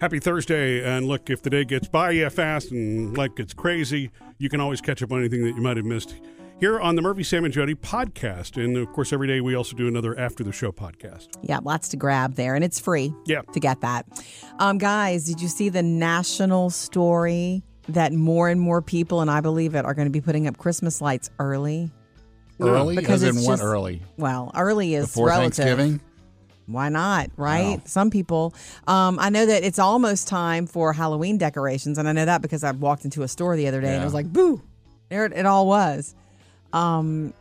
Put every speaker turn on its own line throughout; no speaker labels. Happy Thursday. And look, if the day gets by you fast and like it's crazy, you can always catch up on anything that you might have missed here on the Murphy, Sam, and Jody podcast. And of course, every day we also do another after the show podcast.
Yeah, lots to grab there, and it's free.
Yeah.
to get that. Um, guys, did you see the national story that more and more people, and I believe it, are going to be putting up Christmas lights early?
Early?
because
As in
it's
what
just-
early?
Well, early is
Before
relative.
Thanksgiving?
Why not, right?
Wow.
Some people. Um, I know that it's almost time for Halloween decorations, and I know that because I walked into a store the other day and it
Yeah.
was like, boo, there it, it all was. Um,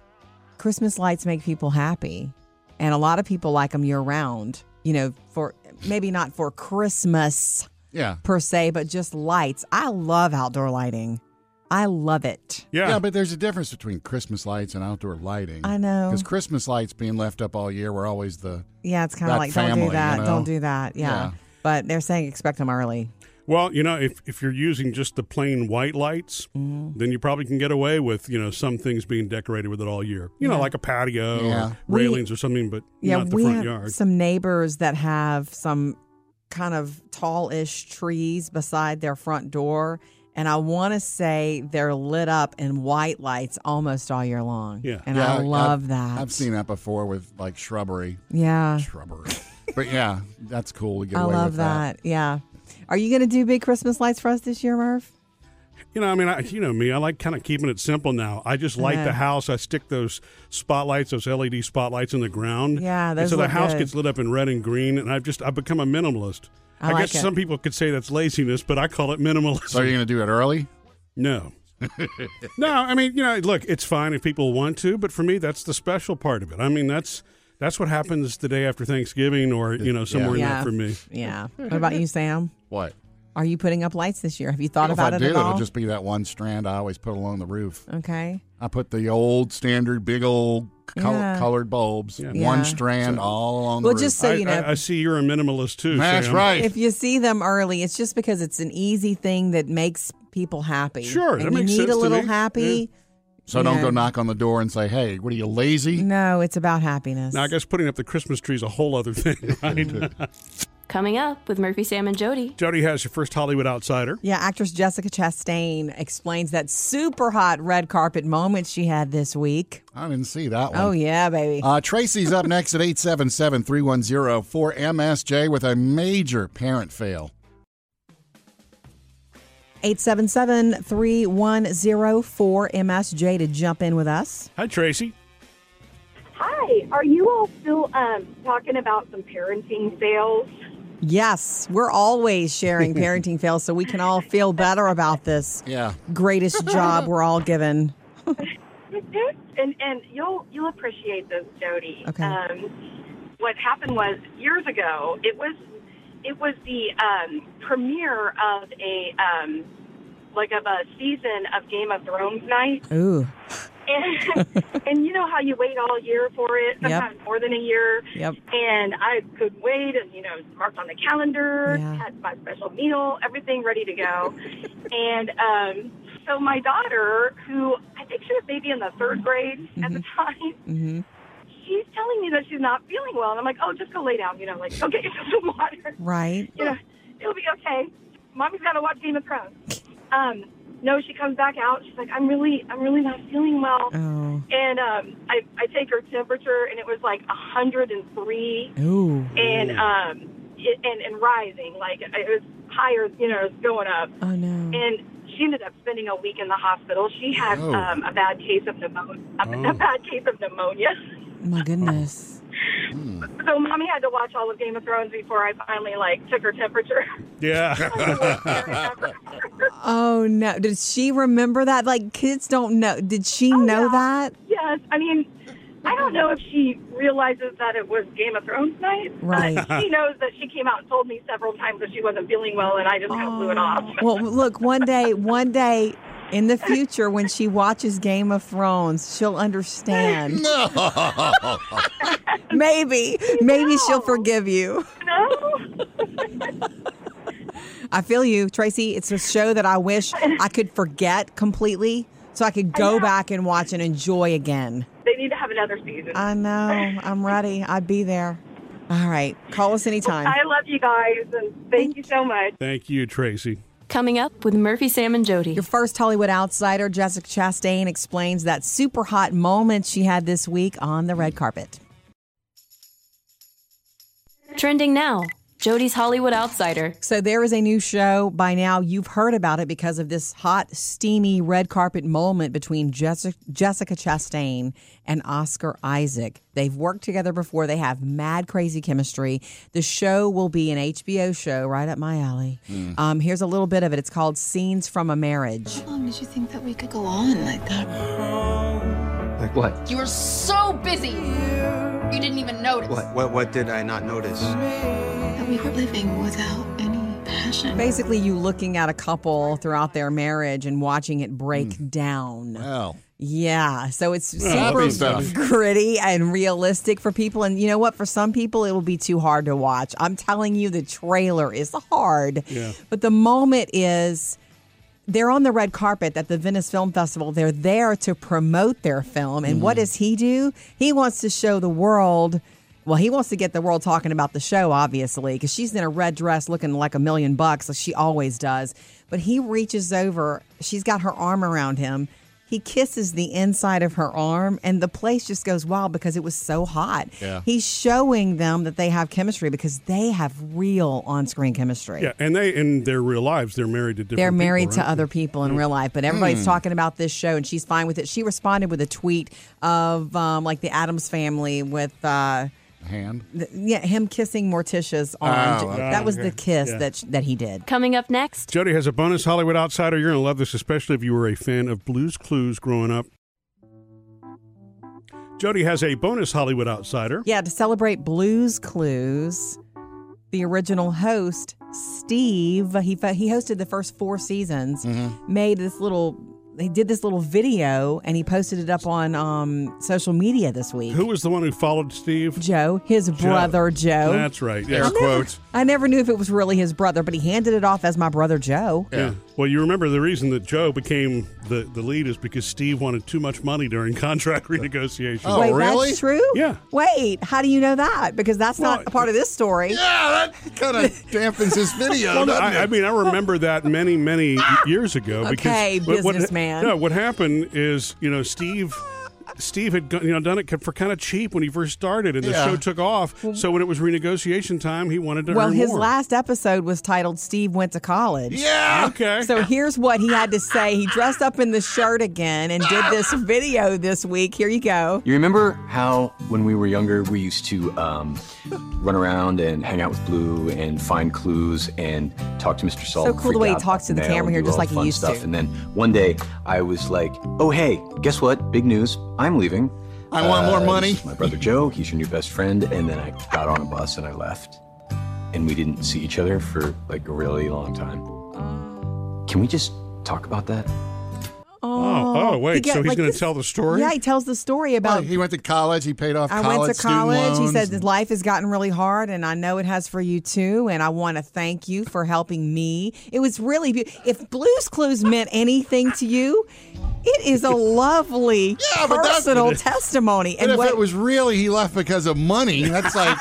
Christmas lights make people happy, and a lot of people like them year round. You know, for maybe not for Christmas
Yeah.
per se, but just lights. I love outdoor lighting. I love it.
Yeah.
Yeah, but there's a difference between Christmas lights and outdoor lighting.
I know.
Because Christmas lights being left up all year were always the.
Yeah, it's kind of
That
like don't
family,
do
you
that,
know?
don't do that. Yeah.
Yeah.
but they're saying expect them early.
Well, you know, if, if you're using just the plain white lights, then you probably can get away with, you know, some things being decorated with it all year. You know, like a patio
Yeah.
or railings or something, but
Yeah,
not the
we
front
have
yard.
some neighbors that have some kind of tallish trees beside their front door, and I want to say they're lit up in white lights almost all year long.
Yeah.
and
Yeah,
I love
I've-
that.
I've seen that before with like shrubbery.
Yeah,
Shrubbery. but yeah, that's cool to get
I
away
love
with that.
that. Yeah, are you going to do big Christmas lights for us this year, Murph?
You know, I mean, I, you know me. I like kind of keeping it simple now. I just light
know.
the house. I stick those spotlights, those LED spotlights in the ground.
Yeah,
And
those
so the
look
house
good.
gets lit up in red and green, and I've just I've become a minimalist.
I like
guess
it.
some people could say that's laziness, but I call it minimalism.
So you're going to do it early?
no. no, I mean, you know, look, it's fine if people want to, but for me, that's the special part of it. I mean, that's that's what happens the day after Thanksgiving, or you know, somewhere
Yeah.
in there for me.
Yeah. What about you, Sam?
What?
Are you putting up lights this year? Have you thought
if
about
I
it
do,
at all?
it'll just be that one strand I always put along the roof.
Okay.
I put the old standard big old col-
Yeah.
colored bulbs,
Yeah.
one strand all along the
Well,
roof.
just So,
I,
you know-
I, I see you're a minimalist too.
That's
Sam.
right.
If you see them early, it's just because it's an easy thing that makes people happy.
Sure,
And
that
you
makes
need
sense
a
to
little
me.
happy.
so don't
Yeah.
go knock on the door and say, "Hey, what are you lazy?"
No, it's about happiness.
Now, I guess putting up the Christmas tree is a whole other thing, right?
Coming up with Murphy, Sam, and Jody.
Jody has your first Hollywood outsider.
yeah, actress Jessica Chastain explains that super hot red carpet moment she had this week.
I didn't see that one.
Oh yeah, baby.
Uh, Tracy's up next at 877 310 4MSJ with a major parent fail.
877-3104-MSJ to jump in with us.
Hi, Tracy.
Hi, are you all still um, talking about some parenting fails?
Yes, we're always sharing parenting fails so we can all feel better about this
Yeah.
greatest job we're all given.
and and you'll you'll appreciate this, Jody.
Mm-hmm. Okay.
Um, what happened was years ago. It was it was the um, premiere of a um, like of a season of Game of Thrones night.
Ooh.
and, and you know how you wait all year for it,
Yep.
sometimes more than a year.
Yep.
And I could wait and, you know, marked on the calendar,
Yeah.
had my special meal, everything ready to go. and um, so my daughter, who I think she was maybe in the third grade at the time,
hmm
she's telling me that she's not feeling well. And I'm like, oh, just go lay down, you know, like, go get yourself some water
Right.
you know, it'll be okay. Mommy's got to watch Game of Thrones. Um, no, she comes back out. She's like, I'm really, I'm really not feeling well.
Oh.
And um, I, I take her temperature, and it was like 103,
Ooh.
and um, it, and and rising, like it was higher, you know, it was going up.
Oh no.
And she ended up spending a week in the hospital. She had
Oh.
um, a bad case of pneumonia,
Oh.
a bad case of pneumonia.
My goodness.
So mommy had to watch all of Game of Thrones before I finally like took her temperature.
Yeah.
Oh no. Did she remember that? Like kids don't know. Did she know
yeah.
that?
Yes, I mean, I don't know if she realizes that it was Game of Thrones night. but
Right.
she knows that she came out and told me several times that she wasn't feeling well, and I just kind of blew it off.
Well, look, one day, one day in the future when she watches Game of Thrones, she'll understand.
No.
Maybe, maybe she'll forgive you.
no,
I feel you, Tracy. It's a show that I wish I could forget completely so I could go back and watch and enjoy again.
they need to have another season.
I know. I'm ready. I'd be there. All right. Call us anytime.
I love you guys, and thank, you so much.
Thank you, Tracy.
Coming up with Murphy, Sam, and Jody.
Your first Hollywood outsider, Jessica Chastain, explains that super hot moment she had this week on the red carpet.
Trending now Jody's Hollywood Outsider.
So there is a new show. By now, you've heard about it because of this hot, steamy red carpet moment between Jessica, Jessica Chastain and Oscar Isaac. They've worked together before. They have mad, crazy chemistry. The show will be an HBO show right up my alley. Um, here's a little bit of it. It's called Scenes from a Marriage.
How long did you think that we could go on like that?
Like what?
You were so busy. You didn't even notice
What? What? What did I not notice?
that we were living without any passion.
Basically, you looking at a couple throughout their marriage and watching it break down.
Well,
Yeah, so it's
happy
super
stuff.
gritty and realistic for people. And you know what? For some people, it will be too hard to watch. I'm telling you, the trailer is hard.
Yeah.
But the moment is they're on the red carpet at the Venice Film Festival. They're there to promote their film. And what does he do? He wants to show the world. Well, he wants to get the world talking about the show, obviously, because she's in a red dress looking like a million bucks, as she always does. But he reaches over, she's got her arm around him. He kisses the inside of her arm, and the place just goes wild because it was so hot.
Yeah.
He's showing them that they have chemistry because they have real on screen chemistry
Yeah, and they in their real lives, they're married to different.
they're married
people,
to
right?
other people in real life but
Hmm.
everybody's talking about this show and she's fine with it she responded with a tweet of um, like the adams family with uh,
hand.
th- yeah, him kissing Morticia's arm.
Oh, okay.
That was the kiss
Yeah.
that sh- that he did.
Coming up next,
Jody has a bonus Hollywood outsider. You're gonna love this, especially if you were a fan of Blues Clues growing up. Jody has a bonus Hollywood outsider.
Yeah, to celebrate Blues Clues, the original host Steve, he fo- he hosted the first four seasons,
Mm-hmm.
made this little. He did this little video and he posted it up on um, social media this week.
Who was the one who followed Steve?
Joe, his brother Joe.
That's right.
Air
Yeah.
quotes.
I never knew if it was really his brother, but he handed it off as my brother Joe.
Yeah. Well, you remember the reason that Joe became the, the lead is because Steve wanted too much money during contract renegotiation.
Oh,
Wait,
really?
that's true?
Yeah.
Wait, how do you know that? Because that's not
Well,
a part of this story.
Yeah, that kind of dampens his video,
Well, no,
doesn't
I, I
it?
mean, I remember that many, many years ago. Because
Okay,
what- what-
businessman.
no, what happened is, you know, Steve. Steve had you know done it for kind of cheap when he first started, and the
Yeah.
show took off. So when it was renegotiation time, he wanted to
Well,
earn
his
more.
last episode was titled Steve Went to College.
yeah.
okay.
So here's what he had to say. He dressed up in the shirt again and did this video this week. Here you go.
You remember how when we were younger we used to um, run around and hang out with Blue and find clues and talk to Mr. Salt. and
cool the
freak
way he
out
talks to the
about
camera
mail and
here,
do
just
all
like
the
he
fun
used
stuff.
to.
And then one day I was like, "Oh hey, guess what? Big news! I'm leaving.
I want more
this
money."
is My brother Joe, he's your new best friend." And then I got on a bus and I left, and we didn't see each other for like a really long time. Can we just talk about that?
oh, oh, wait,
He got,
so he's
like,
gonna
this-
tell the story?
Yeah, he tells the story
Well,
about
he went to college. He paid off
I
college
went to
student
college. He
loans.
said that life has gotten really hard, and I know it has for you too. And I want to thank you for helping me. It was really beautiful. If Blue's Clues meant anything to you, it is a lovely
Yeah, but that's-
personal testimony.
But
And
if
what
it was really he left because of money, that's like,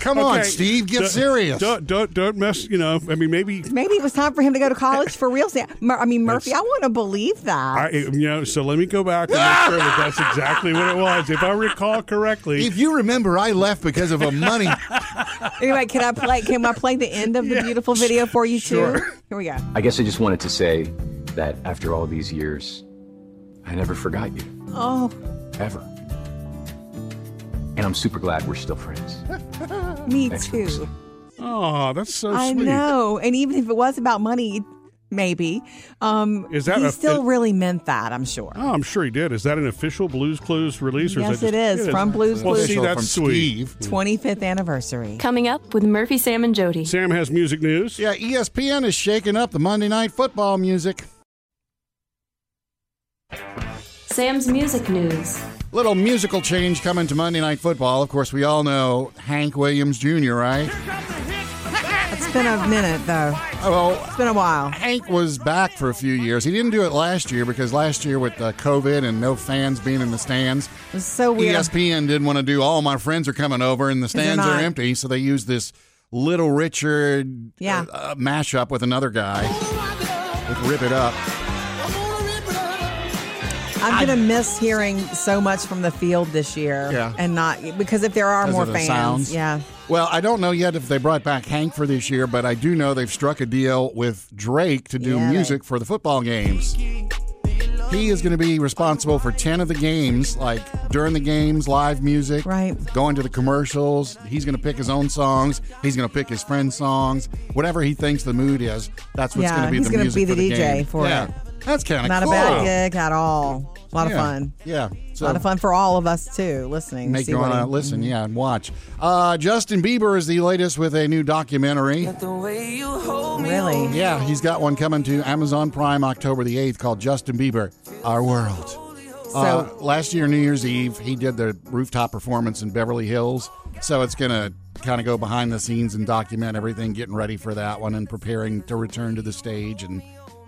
come on,
Okay.
Steve, get
Don't-
serious.
Don't don't don't mess. You know, I mean, maybe
maybe it was time for him to go to college for real. Sam. Mur- I mean, Murphy, I want to believe that.
I, you know, so let me go back and make sure that that's exactly what it was. If I recall correctly,
If you remember, I left because of a money.
anyway, can I play? Can I play the end of the beautiful video for you too? Here we go.
I guess I just wanted to say that after all these years, I never forgot you.
Oh,
ever. And I'm super glad we're still friends.
me
Thanks, folks.
too.
oh, that's so
I
sweet.
know. And even if it was about money, maybe. Um,
Is that
he
a-
still really meant that, I'm sure.
Oh, I'm sure he did. Is that an official Blues Clues release? Or
Yes,
is that
it
just-
is, from Blues
Well,
Clues.
see,
Official
that's
from
sweet. Mm.
Steve.
25th anniversary.
coming up with Murphy, Sam, and Jody.
Sam has music news.
Yeah, E ESPN is shaking up the Monday night football music.
Sam's music news.
Little musical change coming to Monday Night Football. Of course, we all know Hank Williams Jr., right?
It's been a minute, though.
Well,
It's been a while.
Hank was back for a few years. He didn't do it last year because last year with uh, COVID and no fans being in the stands, E
It's so weird.
ESPN didn't want to do. All my friends are coming over, and the
they're
stands are
not.
empty, so they used this Little Richard
Yeah.
uh, uh, mashup with another guy with "Rip It Up."
I'm gonna miss hearing so much from the field this year.
Yeah.
And not because if there are
'Cause
more
of the
fans,
sounds.
yeah.
Well, I don't know yet if they brought back Hank for this year, but I do know they've struck a deal with Drake to do
Yeah, they-
music for the football games. He is going to be responsible for 10 of the games, like during the games, live music,
Right.
going to the commercials. He's going to pick his own songs. He's going to pick his friend's songs. Whatever he thinks the mood is, that's what's
Yeah,
going to be
he's
the
gonna
music
be
for
the
the
DJ
game.
for
yeah.
it.
That's kind of
Not
cool.
a bad gig at all. A lot
yeah.
of fun.
Yeah.
a
So
lot of fun for all of us too, listening. to
Make
see
you
what
want to
he-
listen, yeah, and watch. Uh, Justin Bieber is the latest with a new documentary.
Really?
Yeah, he's got one coming to Amazon Prime October the 8th called Justin Bieber, Our World. So
So-
last year, New Year's Eve, he did the rooftop performance in Beverly Hills. So it's going to kind of go behind the scenes and document everything, getting ready for that one and preparing to return to the stage and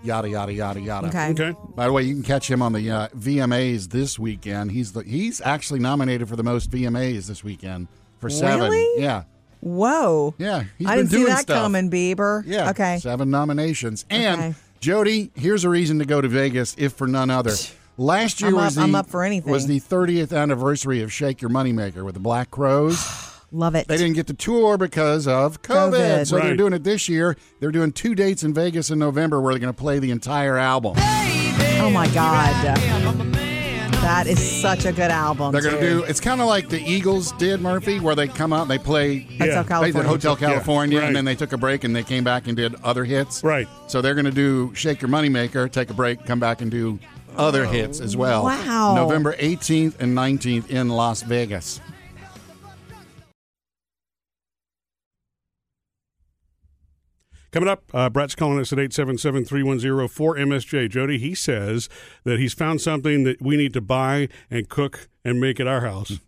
yada, yada, yada, yada.
Okay.
Okay.
By the way, you can catch him on the uh, VMAs this weekend. He's the, he's actually nominated for the most VMAs this weekend for seven.
Really?
Yeah,
Whoa.
yeah. He's
I
been
didn't
doing
see that
stuff.
coming, Bieber.
Yeah.
Okay.
Seven nominations. And
Okay.
Jody, here's a reason to go to Vegas, if for none other. Last year
I'm up-
was the,
I'm up for anything.
was the 30th anniversary of Shake Your Moneymaker with the Black Crows.
Love it.
They didn't get to tour because of COVID,
COVID.
so they're
Right.
doing it this year. They're doing two dates in Vegas in November where they're going to play the entire album.
Oh my God. That is such a good album.
They're going to
too.
do. It's kind of like the Eagles did Murphy, where they come out and they play.
Hotel
Yeah.
They did
California.
Hotel California,
right.
and then they took a break and they came back and did other hits.
Right.
So they're going to do Shake Your Moneymaker, take a break, come back and do other hits as well.
Wow.
November 18th and 19th in Las Vegas.
Coming up, uh, Brett's calling us at 877 310 4MSJ. Jody, he says that he's found something that we need to buy and cook and make at our house.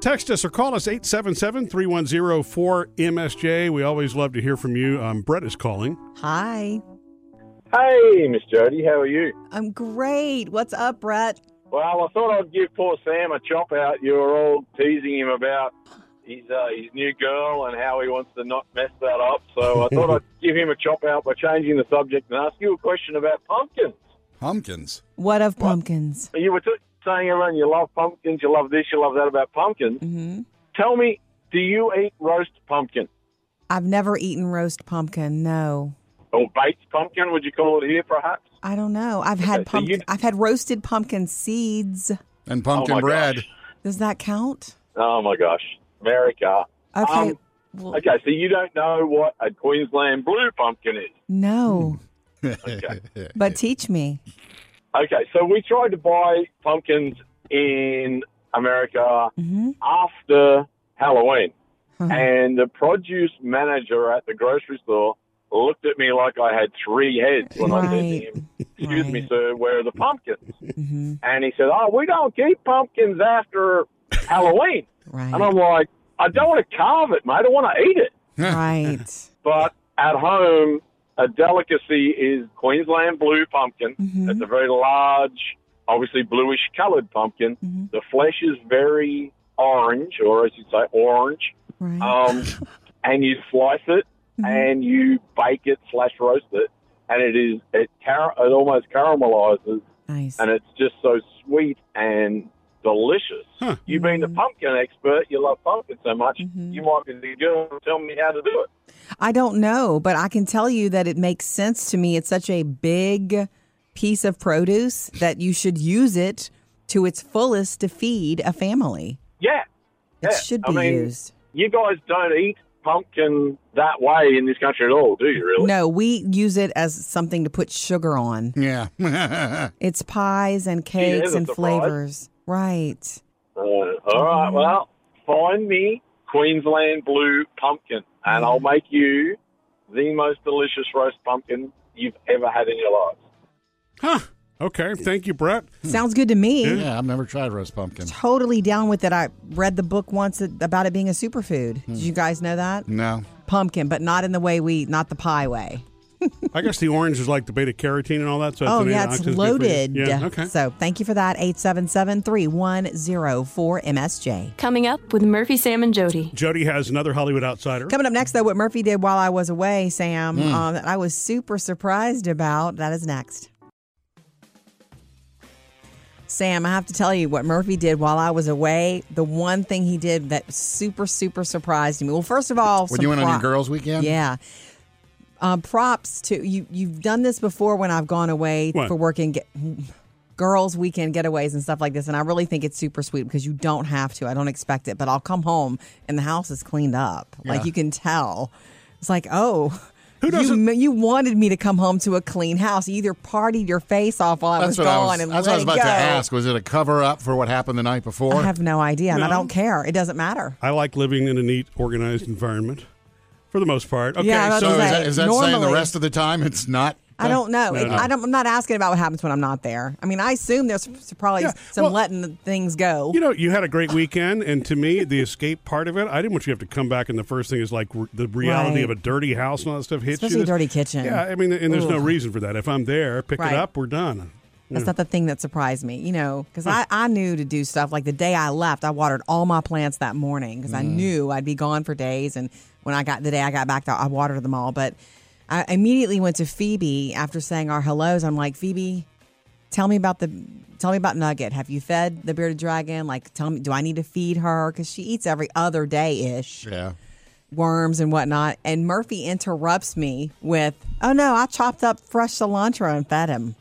Text us or call us 877 310 4MSJ. We always love to hear from you. Um, Brett is calling.
Hi.
Hey, Miss Jody, how are you?
I'm great. What's up, Brett?
Well, I thought I'd give poor Sam a chop out. You were all teasing him about his uh, his new girl and how he wants to not mess that up. So I thought I'd give him a chop out by changing the subject and ask you a question about pumpkins.
Pumpkins.
What of pumpkins?
You were t- saying everyone you love pumpkins, you love this, you love that about pumpkins. Tell me, do you eat roast pumpkin
I've never eaten roast pumpkin. No.
or baked pumpkin? Would you call it here, perhaps?
I don't know. I've
Okay,
had
so you-
pumpkin. I've had roasted pumpkin seeds.
And
Oh,
pumpkin
my
bread.
gosh.
Does that count?
Oh my gosh, America!
Okay.
Um,
well,
Okay, so you don't know what a Queensland blue pumpkin is.
No.
hmm.
but teach me.
Okay, so we tried to buy pumpkins in America
Mm-hmm.
after Halloween, and the produce manager at the grocery store looked at me like I had three heads when I said to
Right.
him, "Excuse
Right.
me,
Mm-hmm.
sir, where are the pumpkins?" And he said, "Oh, we don't keep pumpkins after Halloween."
Right.
And I'm like, "I don't want to carve it, mate. I want to eat it."
Right.
But at home, a delicacy is Queensland blue pumpkin. It's a very large, obviously bluish colored pumpkin. The flesh is very orange, or as you say, orange.
Right.
Um, and you slice it and you bake it slash roast it, and it is it car- it almost caramelizes,
nice.
and it's just so sweet and delicious.
Huh.
You being the pumpkin expert, you love pumpkin so much, you might be the girl to tell me how to do it.
I don't know, but I can tell you that it makes sense to me. It's such a big piece of produce that you should use it to its fullest to feed a family.
Yeah.
It
yeah.
should
I
be
mean,
used.
You guys don't eat pumpkin that way in this country at all, do you, really?
No, we use it as something to put sugar on.
yeah.
It's pies and
is
cakes
a
and
surprise.
flavors. Right.
Uh, all right, well, find me Queensland Blue Pumpkin, and I'll make you the most delicious roast pumpkin you've ever had in your life.
Huh. Okay, thank you, Brett.
Sounds good to me.
Yeah, I've never tried roast pumpkin.
Totally down with it. I read the book once about it being a superfood. Did you guys know that?
No.
Pumpkin, but not in the way we, not the pie way.
I guess the orange is like the beta carotene and all that. So
Oh,
an
yeah,
antioxidant
it's
good for you.
loaded.
Yeah, okay.
So thank you for that. 877 3104 MSJ.
Coming up with Murphy, Sam, and Jody.
Jody has another Hollywood outsider.
Coming up next, though, what Murphy did while I was away, Sam,
Hmm.
um, that I was super surprised about. That is next. Sam, I have to tell you what Murphy did while I was away. The one thing he did that super, super surprised me. Well, first of all,
When
some
you went on your
prop-
girls' weekend?
yeah. Um, props to you. You've done this before when I've gone away
What?
for work and get girls' weekend getaways and stuff like this. And I really think it's super sweet because you don't have to. I don't expect it, but I'll come home and the house is cleaned up. Like you can tell. It's like, oh. Who
doesn't-
You, you wanted me to come home to a clean house. You either partied your face off while I was
That's what
gone
I was,
and
that's
let
what I was
it
about
go.
to ask. Was it a cover up for what happened the night before?
I have no idea, and I
No.
don't care. It doesn't matter.
I like living in a neat, organized environment for the most part. Okay,
Yeah, I was
so
so is
Right.
that, is that saying the
Normally-
rest of the time it's not?
I don't know.
No,
It-
no.
I don't, I'm not asking about what happens when I'm not there. I mean, I assume there's s- probably
Yeah,
some
well-
letting the things go.
you know, you had a great weekend, and to me, the escape part of it, I didn't want you to have to come back, and the first thing is like r- the reality
Right.
of a dirty house and all that stuff hits
Especially
you.
a dirty kitchen.
Yeah, I mean, and there's no
Ugh.
reason for that. If I'm there, pick
Right.
it up, we're done.
That's not the thing that surprised me, you know, because
Hmm.
I, I knew to do stuff. Like the day I left, I watered all my plants that morning because I
Hmm.
knew I'd be gone for days. And when I got the day I got back, I watered them all. But I immediately went to Phoebe after saying our hellos. I'm like, Phoebe, tell me about the tell me about Nugget. Have you fed the bearded dragon? Like, tell me, do I need to feed her because she eats every other day ish?
Yeah.
worms and whatnot. And Murphy interrupts me with, Oh no, I chopped up fresh cilantro and fed him.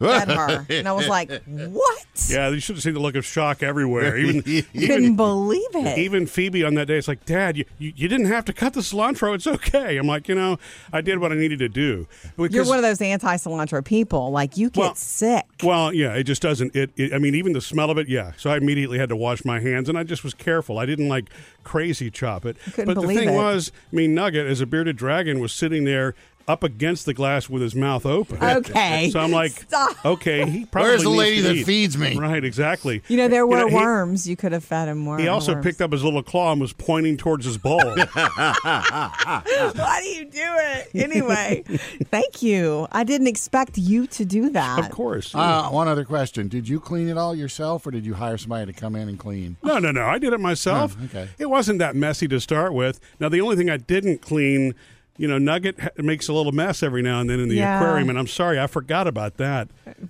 Fed her. and I was like, What?
Yeah, you should have seen the look of shock everywhere. Even
Couldn't believe it.
even Phoebe on that day, it's like, Dad, you, you, you didn't have to cut the cilantro. It's okay. I'm like, you know, I did what I needed to do.
You're
Because-
one of those anti cilantro people. Like you get
Well-
sick.
Well, yeah, it just doesn't. It, it. I mean, even the smell of it. Yeah. So I immediately had to wash my hands, and I just was careful. I didn't like crazy chop it.
couldn't
but the
believe
thing
it.
was, I mean, Nugget as a bearded dragon was sitting there up against the glass with his mouth open.
Okay.
So I'm like,
Stop.
okay, he probably
Where's the
needs
lady
to
that
eat.
feeds me?
Right. Exactly.
You know, there were
know, he-
worms. You could have fed him worms.
He also picked up his little claw and was pointing towards his bowl.
Why do you do it? Anyway, thank you. I didn't expect you to do that.
of course.
Uh, one other question. Did you clean it all yourself or did you hire somebody to come in and clean?
No, no, no. I did it myself.
Oh, okay.
It wasn't that messy to start with. Now, the only thing I didn't clean, you know, Nugget ha- makes a little mess every now and then in the
Yeah.
aquarium, and I'm sorry, I forgot about that.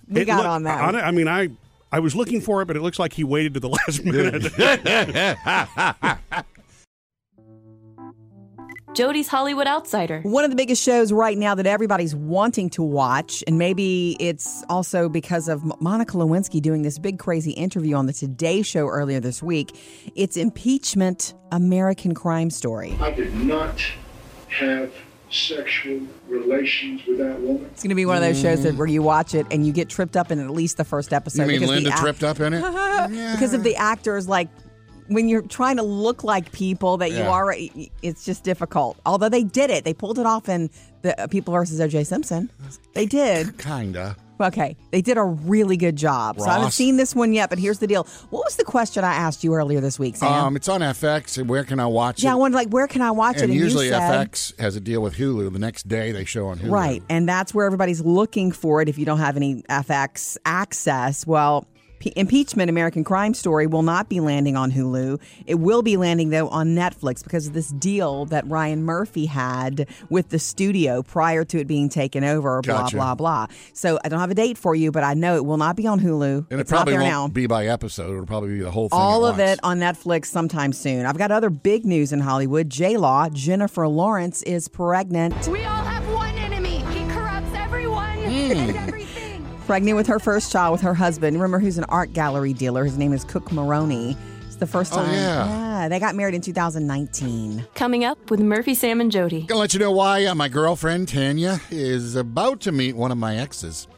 We got
look-
on that.
hon- I mean, I I was looking for it, but it looks like he waited to the last minute.
Jody's Hollywood Outsider.
One of the biggest shows right now that everybody's wanting to watch, and maybe it's also because of M- Monica Lewinsky doing this big crazy interview on the Today Show earlier this week. It's impeachment, American crime story.
I did not have sexual relations with that woman.
It's going to be one of those shows that where you watch it and you get tripped up in at least the first episode.
you mean
because the
Linda
ac-
tripped up in it?
because of the actors like when you're trying to look like people that you
Yeah.
already it's just difficult although they did it they pulled it off in the uh, people versus oj simpson they did
Kinda.
Okay, they did a really good job. So I haven't
Ross.
seen this one yet, but here's the deal. What was the question I asked you earlier this week, Sam?
Um, it's on FX. And where can I watch
yeah, I
it?
wondered like where can I watch it?
and usually
you said,
FX has a deal with Hulu. The next day they show on Hulu.
right, and that's where everybody's looking for it. If you don't have any FX access, well. P- Impeachment American Crime Story will not be landing on Hulu. It will be landing, though, on Netflix because of this deal that Ryan Murphy had with the studio prior to it being taken over, blah,
Gotcha.
blah, blah. So I don't have a date for you, but I know it will not be on Hulu.
And it
it's
probably
not there
won't
now.
be by episode. It'll probably be the whole thing.
all
at
of
once.
it on Netflix sometime soon. I've got other big news in Hollywood. J Law, Jennifer Lawrence is pregnant.
We all have one enemy. He corrupts everyone and everything.
Pregnant with her first child with her husband. Remember who's an art gallery dealer. His name is Cook Maroney. It's the first
Oh,
time.
yeah.
yeah, they got married in 2019.
Coming up with Murphy, Sam, and Jody.
Gonna let you know why uh, my girlfriend Tanya is about to meet one of my exes.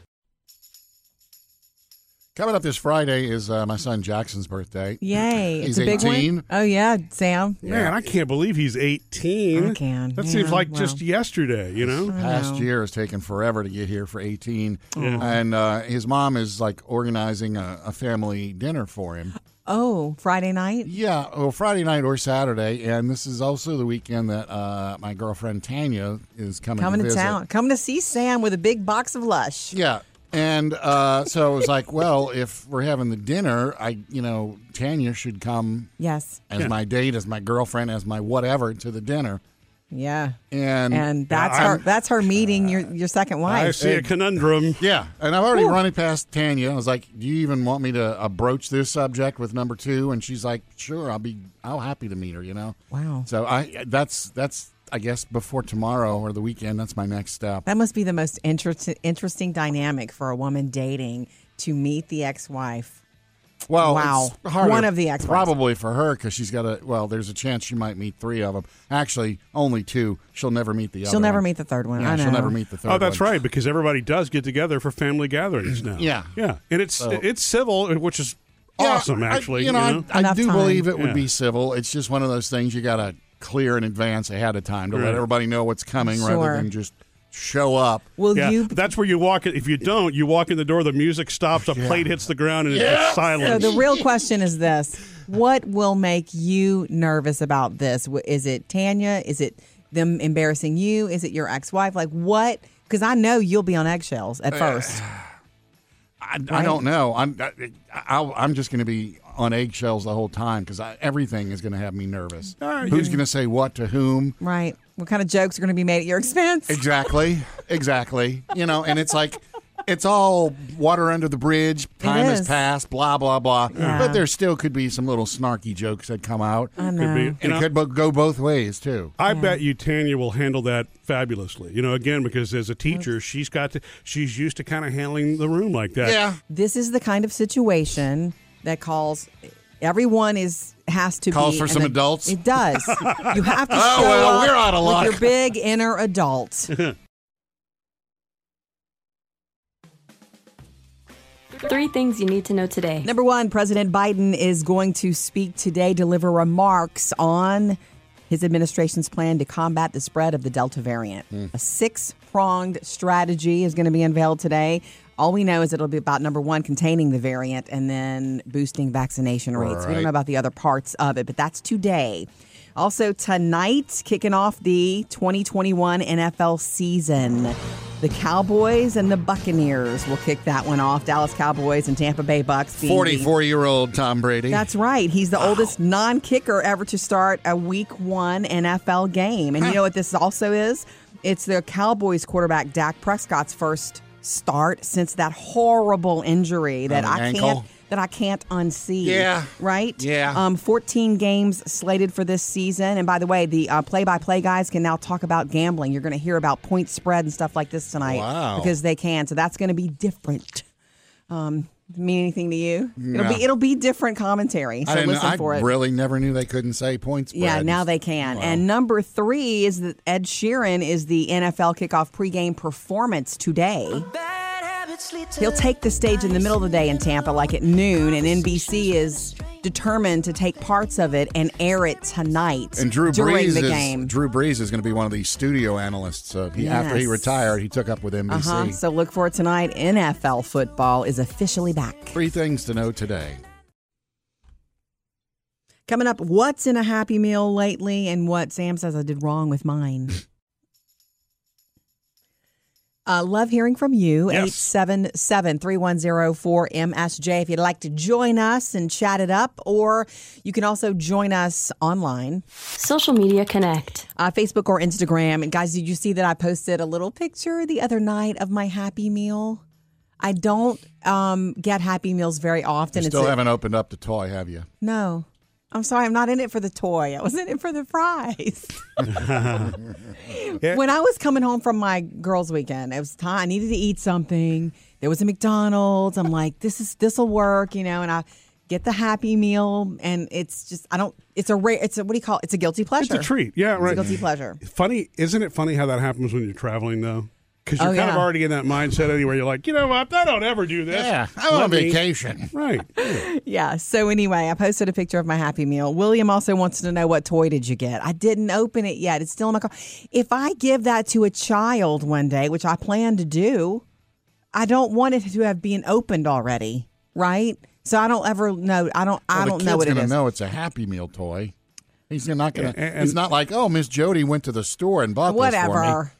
Coming up this Friday is uh, my son Jackson's birthday.
Yay. it's
He's
a big
18.
one. Oh, yeah, Sam.
Man, I can't believe he's 18.
I can,
That
yeah,
seems like
well.
just yesterday, you know?
Past
know.
year has taken forever to get here for 18.
Yeah.
And uh, his mom is like organizing a, a family dinner for him.
Oh, Friday night?
Yeah, well, Friday night or Saturday. And this is also the weekend that uh, my girlfriend Tanya is coming,
Coming
to
to
visit.
town. Coming to see Sam with a big box of Lush.
Yeah. And uh, so it was like, well, if we're having the dinner, I, you know, Tanya should come
Yes.
as
Yeah.
my date, as my girlfriend, as my whatever to the dinner.
Yeah.
And,
And that's
I'm-
her that's her meeting your your second
I
wife.
see a conundrum.
Yeah, and I've already run it past Tanya. I was like, "Do you even want me to uh, broach this subject with number two? And she's like, "Sure, I'll be, I'll happy to meet her." You know.
Wow.
So I, that's that's I guess before tomorrow or the weekend. That's my next step.
That must be the most interest, interesting dynamic for a woman dating to meet the ex-wife.
Well,
Wow.
it's harder
One of the ex-wives.
probably for her because she's got a. Well, there's a chance she might meet three of them. Actually, only two. She'll never meet the.
She'll never meet the third one.
Yeah,
I know.
she'll never meet the third.
Oh, that's
one.
right, because everybody does get together for family gatherings now.
Yeah.
yeah, and it's it's civil, which is awesome.
I-
Actually,
you know, I- I,
Enough
do
time.
believe it would
Yeah.
be civil. It's just one of those things you got to clear in advance ahead of time to
Right.
let everybody know what's coming
Sure.
rather than just show up.
Will
yeah,
you
that's where you walk. in- If you don't, you walk in the door. The music stops. A plate hits the ground, and it's just
So
silence.
the real question is this: What will make you nervous about this? W- Is it Tanya? Is it them embarrassing you? Is it your ex-wife? Like what? Because I know you'll be on eggshells at first.
I, I don't know. I'm I, I, I'm just going to be on eggshells the whole time because everything is going to have me nervous. Who's going to say what to whom?
right? What kind of jokes are going to be made at your expense?
Exactly. exactly. You know, and it's like it's all water under the bridge. Time
is.
has passed. Blah blah blah.
Yeah.
But there still could be some little snarky jokes that come out.
I know.
Could be.
And it
And
could bo- go both ways too.
I bet you Tanya will handle that fabulously. You know, again, because as a teacher, she's got to, she's used to kind of handling the room like that.
Yeah.
This is the kind of situation that calls. Everyone is has to
Calls
be
for
an
some
ad-
adults?
It does. you have to show
Oh, well,
up
we're out of
with
luck.
your big inner adult.
Three things you need to know today.
Number one, President Biden is going to speak today, deliver remarks on his administration's plan to combat the spread of the Delta variant. A six pronged strategy is going to be unveiled today. All we know is it'll be about number one, containing the variant, and then boosting vaccination rates. We don't
Right.
know about the other parts of it, but that's today. Also, tonight, kicking off the 2021 NFL season. The Cowboys and the Buccaneers will kick that one off. Dallas Cowboys and Tampa Bay Bucks. being the-
44 year old Tom Brady.
That's right. He's the oldest non kicker ever to start a week one NFL game. And you know what this also is? It's the Cowboys quarterback Dak Prescott's first start since that horrible injury that
Oh,
I
ankle.
can't that I can't unsee.
Yeah.
Right?
Yeah.
Um, 14 games slated for this season. And by the way, the uh, play-by-play guys can now talk about gambling. You're going to hear about point spread and stuff like this tonight
Wow.
because they can. So that's going to be different mean anything to you.
No.
It'll be it'll be different commentary. So
I, didn't know-
listen
I
for it.
really never knew they couldn't say points.
yeah, now they can. And number three is that Ed Sheeran is the NFL kickoff pregame performance today. He'll take the stage in the middle of the day in Tampa, like at noon, and NBC is determined to take parts of it and air it tonight
And Drew
during
Brees
the
is
game.
Drew Brees is going to be one of these studio analysts. So he, after he
Yes.
retired, he took up with NBC.
uh-huh. So look for it tonight. NFL football is officially back.
Three things to know today.
Coming up, what's in a Happy Meal lately and what Sam says I did wrong with mine. Uh, love hearing from you.
Yes.
877 msj if you'd like to join us and chat it up, or you can also join us online,
Social media connect.
uh, Facebook or Instagram. And guys, did you see that I posted a little picture the other night of my Happy Meal? I don't um, get Happy Meals very often.
You
It's
still
a-
haven't opened up the toy, have you?
no. I'm sorry, I'm not in it for the toy. I was in it for the fries. When I was coming home from my girls' weekend, it was time I needed to eat something. There was a McDonald's. I'm like, this is this'll work, you know, and I get the happy meal and it's just I don't it's a rare it's a what do you call it? It's a guilty pleasure.
It's a treat. Yeah,
It's a
right.
guilty pleasure.
Funny, isn't it funny how that happens when you're traveling though? Because you're
Oh,
kind of
yeah.
already in that mindset anyway. You're like, you know what? I don't ever do this.
Yeah, I'm on
Let me-
vacation.
Right.
Yeah. So anyway, I posted a picture of my Happy Meal. William also wants to know what toy did you get? I didn't open it yet. It's still in my car. If I give that to a child one day, which I plan to do, I don't want it to have been opened already, right? So I don't ever know. I don't. I
Well,
don't
the
know
kid's
what it
gonna
is.
know it's a Happy Meal toy. He's not gonna.
Yeah, and-
it's not like oh, Miss Jody went to the store and bought this for me.
Whatever.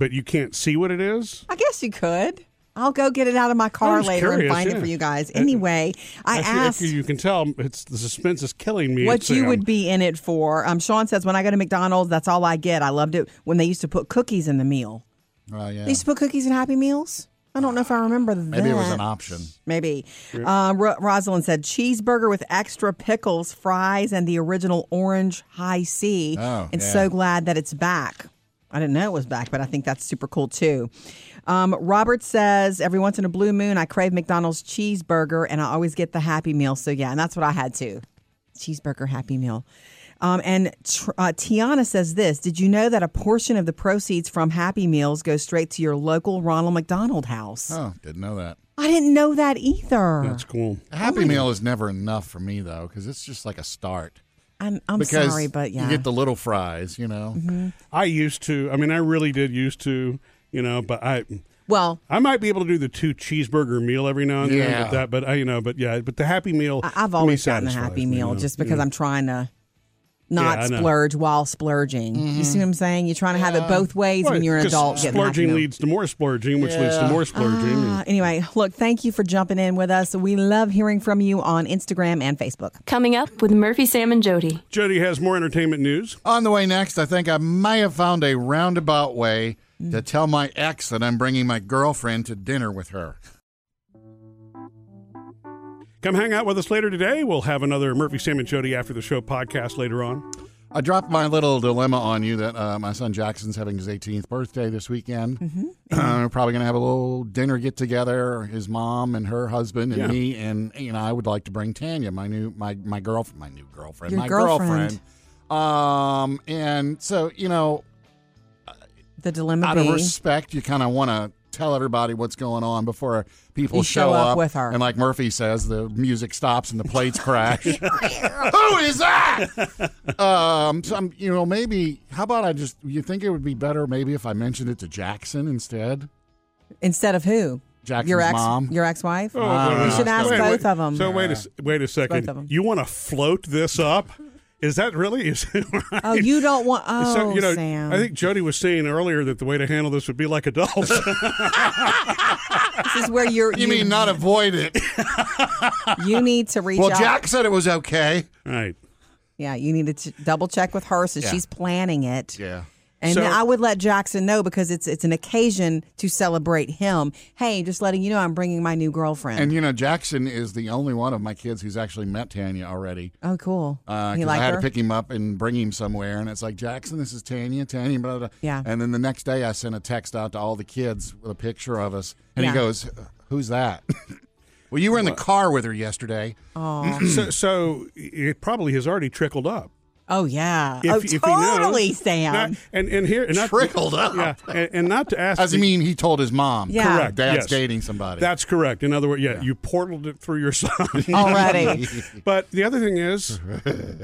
But you can't see what it is?
I guess you could. I'll go get it out of my
I
car
was
later and
curious,
find
yeah.
it for you guys. Anyway, I,
feel-
asked.
You can tell it's the suspense is killing me.
what you
Sam.
would be in it for. Um, Sean says, when I go to McDonald's, that's all I get. I loved it when they used to put cookies in the meal.
Oh yeah.
They used to put cookies in Happy Meals. I don't know if I remember that.
Maybe it was an option.
Maybe. Uh, Ro- Rosalind said cheeseburger with extra pickles, fries, and the original orange high C.
Oh,
and
yeah.
so glad that it's back. I didn't know it was back, but I think that's super cool too. Um, Robert says every once in a blue moon, I crave McDonald's cheeseburger, and I always get the Happy Meal. So yeah, and that's what I had too. Cheeseburger Happy Meal. Um, and tr- uh, Tiana says this Did you know that a portion of the proceeds from Happy Meals goes straight to your local Ronald McDonald house?
Oh, didn't know that.
I didn't know that either.
That's cool.
A Happy Meal is never enough for me though, because it's just like a start.
I'm, I'm
because
sorry, but yeah. Mm-hmm.
you get the little fries, you know.
I used to. I mean, I really did used to, you know, but I.
well,
I might be able to do the two cheeseburger meal every now and then,
Yeah.
but that, but I, you know, but yeah, but the happy meal.
I- I've
to me
always gotten a
satisfies
happy
me,
meal
you know?
just because
Yeah.
I'm trying to not
Yeah, I know.
splurge while splurging. You see what I'm saying? You're trying to have it both ways
Right,
when you're an
'cause
adult. getting a happy
Splurging
meal.
leads to more splurging, which leads to
Yeah.
more splurging.
Ah, anyway, look, thank you for jumping in with us. We love hearing from you on Instagram and Facebook.
Coming up with Murphy, Sam, and Jody.
Jody has more entertainment news.
On the way next, I think I may have found a roundabout way
Mm.
to tell my ex that I'm bringing my girlfriend to dinner with her.
Come hang out with us later today. We'll have another Murphy, Sam, and Jody after the show podcast later on.
I dropped my little dilemma on you that uh, my son Jackson's having his 18th birthday this weekend.
Mm-hmm.
Uh, we're probably going to have a little dinner get together. His mom and her husband and
Yeah.
me and you know I would like to bring Tanya, my new my my girlfriend, my new girlfriend,
Your
my
girlfriend.
girlfriend. Um, and so you know,
The dilemma
out of
being
respect, you kind of want to tell everybody what's going on before people
You show up with her.
And like Murphy says, the music stops and the plates crash. Who is that? um, so I'm, you know, maybe how about I just? You think it would be better maybe if I mentioned it to Jackson instead?
instead of who?
Jackson's
your ex,
mom.
your ex-wife.
Ah,
wait a
we
minute.
should ask
Oh, Wait,
both
wait.
of 'em.
So wait a s- wait a second.
Both of 'em.
You want to float this up? Is that really? Is
oh, you don't want. Oh,
so, you know,
Sam.
I think Jody was saying earlier that the way to handle this would be like adults.
this is where you're.
you mean not avoid it?
You need to reach
well,
out.
Jack said it was okay.
right.
Yeah, you need to t- double check with her so
Yeah.
she's planning it.
Yeah.
And
So-
I would let Jackson know because it's it's an occasion to celebrate him. Hey, just letting you know I'm bringing my new girlfriend.
And you know, Jackson is the only one of my kids who's actually met Tanya already.
oh, cool.
Uh,
he
'cause
liked
I had
her.
to pick him up and bring him somewhere, and it's like Jackson, this is Tanya, Tanya, blah blah. blah.
Yeah.
And then the next day, I sent a text out to all the kids with a picture of us, and
Yeah.
he goes, "Who's that?" well, you were in the car with her yesterday.
so, so it probably has already trickled up.
oh yeah.
If,
oh,
if he knows-
totally, Sam.
Not- and and here and not,
Trickled up.
Yeah, and, and not to ask.
As
the-
you mean, he told his mom.
Yeah.
Correct,
Dad's
Ah. yes.
dating somebody.
That's correct. In other words, yeah, you portaled it through your son.
Oh.
Already.
But the other thing is,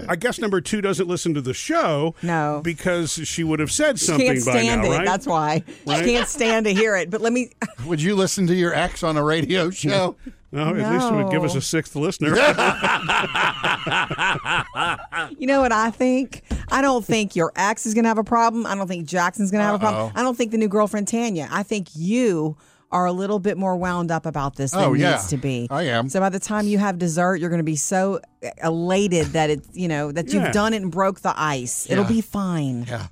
I guess number two doesn't listen to the show.
No.
because she would have said
She
something
can't stand
by now,
it.
right?
That's why
Right?
she can't stand to hear it. But let me.
Would you listen to your ex on a radio show?
no, at least it would give us
No.
a sixth listener.
You know what I think? I don't think your ex is going to have a problem. I don't think Jackson's going to have a problem. I don't think the new girlfriend Tanya. I think you are a little bit more wound up about this than
Oh, yeah.
needs to be.
I am.
So by the time you have dessert, you're going to be so elated that it's you know that you've
Yeah.
done it and broke the ice. It'll
Yeah.
be fine.
yeah.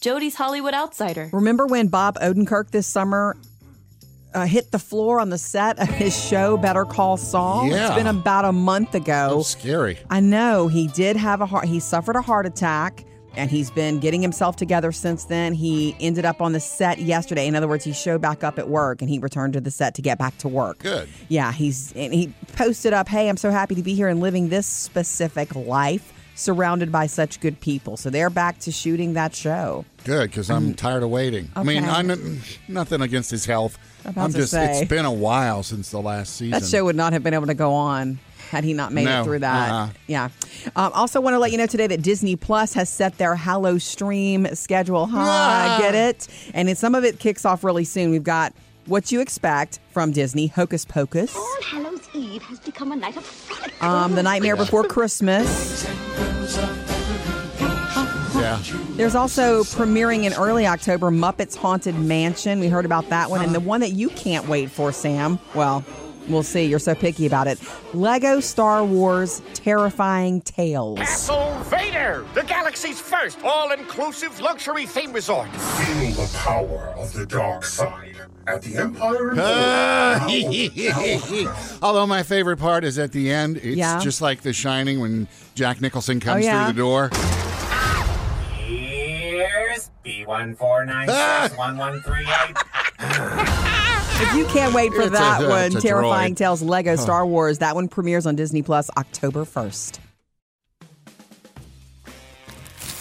Jody's Hollywood Outsider.
Remember when Bob Odenkirk this summer uh, hit the floor on the set of his show Better Call Saul? It's
Yeah.
been about a month
Oh,
ago.
That's scary.
I know he did have a heart. He suffered a heart attack, and he's been getting himself together since then. He ended up on the set yesterday. In other words, he showed back up at work, and he returned to the set to get back to work.
Good.
Yeah, he's and he posted up, "Hey, I'm so happy to be here and living this specific life." surrounded by such good people. So they're back to shooting that show.
Good, because I'm tired of waiting. I mean,
Mm. Okay.
I'm nothing against his health.
About
I'm
to
just,
say.
it's been a while since the last season.
That show would not have been able to go on had he not made
No,
it through that.
uh-uh.
Yeah. Um, also, want to let you know today that Disney Plus has set their Hallow stream schedule high.
Ah.
Get it? And then some of it kicks off really soon. We've got what you expect from Disney Hocus Pocus,
All Hallows Eve has become a night of frolic.
um, The Nightmare Before Christmas.
Yeah.
There's also premiering in early October Muppets Haunted Mansion. We heard about that one. And the one that you can't wait for, Sam. Well, we'll see. You're so picky about it. Lego Star Wars Terrifying Tales.
Castle Vader, the galaxy's first all-inclusive luxury theme resort.
Feel the power of the dark side at the Empire.
Ah.
Infinite Hour.
Although my favorite part is at the end, it's
Yeah. Oh,
just like The Shining when Jack Nicholson comes
yeah.
through the door.
Here's
Ah!
B1496113.
If you can't wait for
It's a-
that
it's
one,
a
Terrifying
droid.
Tales Lego
Huh.
Star Wars, that one premieres on Disney Plus October 1st.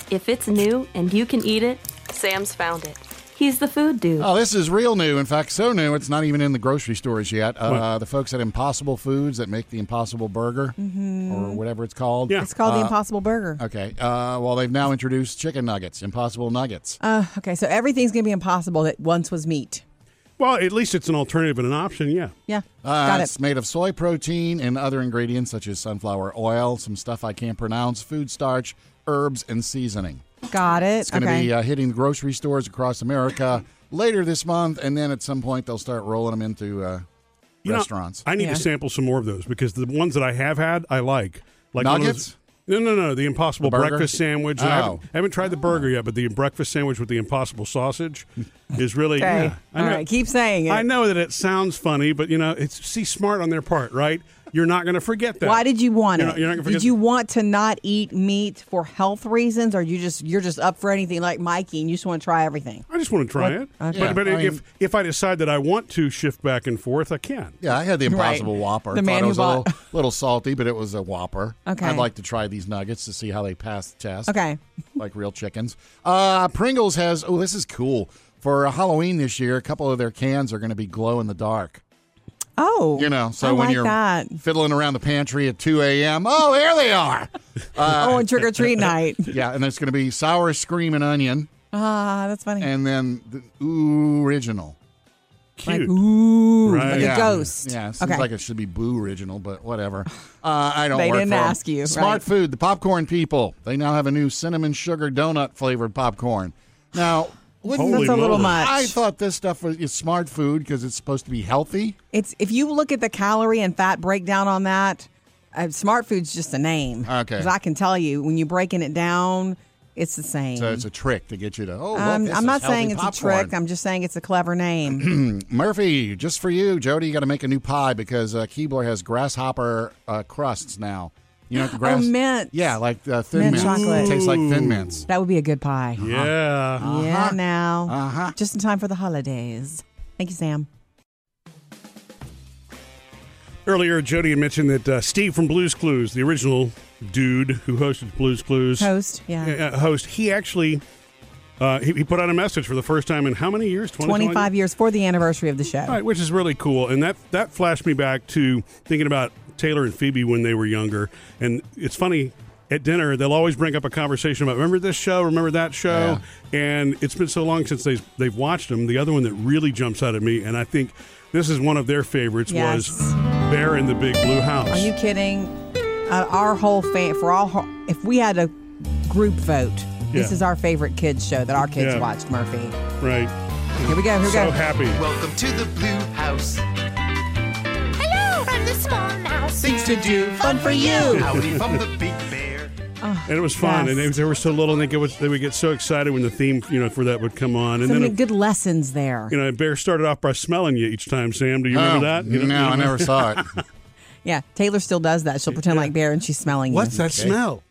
If it's new and you can eat it, Sam's found it. He's the food dude.
Oh, this is real new. In fact, so new it's not even in the grocery stores yet. Uh, the folks at Impossible Foods that make the Impossible Burger
Mm-hmm.
or whatever it's called. Yeah.
It's called The Impossible Burger.
Okay. Uh, well, they've now introduced chicken nuggets, Impossible Nuggets.
Uh, okay, so everything's going to be impossible that once was meat.
Well, at least it's an alternative and an option, yeah.
Yeah.
Uh,
Got it.
it's made of soy protein and other ingredients such as sunflower oil, some stuff I can't pronounce, food starch, herbs, and seasoning.
Got it.
It's going to
okay.
be uh, hitting the grocery stores across America later this month, and then at some point they'll start rolling them into uh,
You know,
restaurants.
I need to sample some more of those because the ones that I have had, I like. Like one of
Nuggets?
those- no, no, no. The Impossible
The burger?
Breakfast Sandwich. And I, haven't,
Oh.
I haven't tried the burger yet, but the breakfast sandwich with the Impossible Sausage is really.
Okay.
yeah, I
All
know-
right, keep saying it.
I know that it sounds funny, but you know, it's see smart on their part, right? You're not going to forget that.
Why did you want
You're
it?
not- you're not gonna
did
forget-
you want to not eat meat for health reasons, or you just you're just up for anything like Mikey and you just want to try everything?
I just want to try it.
Okay.
But, but
I mean-
if, if I decide that I want to shift back and forth, I can.
Yeah, I had the
Right.
Impossible Whopper.
The
I
man who
thought it was a
bought-
little, little salty, but it was a Whopper.
Okay.
I'd like to try these nuggets to see how they pass the test.
Okay.
like real chickens. Uh, Pringles has, oh, this is cool. For Halloween this year, a couple of their cans are going to be glow in the dark.
Oh.
You know, so
I
when
like
you're
that.
fiddling around the pantry at 2 a.m., oh, there they are. Uh,
Oh, and trick or treat night.
Yeah, and there's going to be sour screaming onion
Ah, that's funny.
and then the ooh original.
Like, Cute. ooh, like a
yeah.
ghost.
Yeah, it seems
Okay.
like it should be boo original, but whatever. Uh, I don't
They
work
didn't
for 'em.
ask you,
Smart
right.
Food, the popcorn people. They now have a new cinnamon sugar donut flavored popcorn. Now, wouldn't-
That's a little much.
I thought this stuff was is smart food because it's supposed to be healthy.
It's if you look at the calorie and fat breakdown on that, uh, smart food's just a name.
Okay.
because I can tell you when you're breaking it down, it's the same.
So it's a trick to get you to, oh, look,
I'm,
this
Um, I'm
is
not
healthy
saying it's
popcorn.
a trick. I'm just saying it's a clever name.
Murphy, just for you, Jody, you got to make a new pie because uh, Keebler has grasshopper uh, crusts now. You know, the grass.
Oh, mint.
Yeah, like uh, thin
mint
mints.
chocolate
Tastes like thin mints.
That would be a good pie.
Yeah.
Yeah.
Uh-huh.
Now, just in time for the holidays. Thank you, Sam.
Earlier, Jody had mentioned that uh, Steve from Blues Clues, the original dude who hosted Blues Clues,
Host, yeah.
uh, host, he actually uh, he, he put out a message for the first time in how many years? 20,
25 years for the anniversary of the show.
Right, which is really cool, and that that flashed me back to thinking about Taylor and Phoebe when they were younger. And it's funny at dinner they'll always bring up a conversation about remember this show, remember that show, and it's been so long since they they've watched them. The other one that really jumps out at me, and I think this is one of their favorites, was
Yes.
Bear in the Big Blue House.
Are you kidding? Uh, our whole fan for all ho- if we had a group vote, this
Yeah.
is our favorite kids show that our kids
Yeah.
watched. Murphy.
Right.
Here we go. Here we
so
go.
happy.
Welcome to the Blue House.
Hello, I'm the small mouse.
Things to do.
Fun for you.
Howdy from the Big Bear.
And it was fun,
Yes.
and they, they were so little, and they, get, they would get so excited when the theme, you know, for that would come on, and
Some
then
good lessons there.
you know, Bear started off by smelling you each time. Sam, do you
Oh,
remember that? You don't-
no,
you don't
I never
remember?
saw it.
Yeah, Taylor still does that. She'll pretend like bear and she's smelling you.
What's that Okay. smell?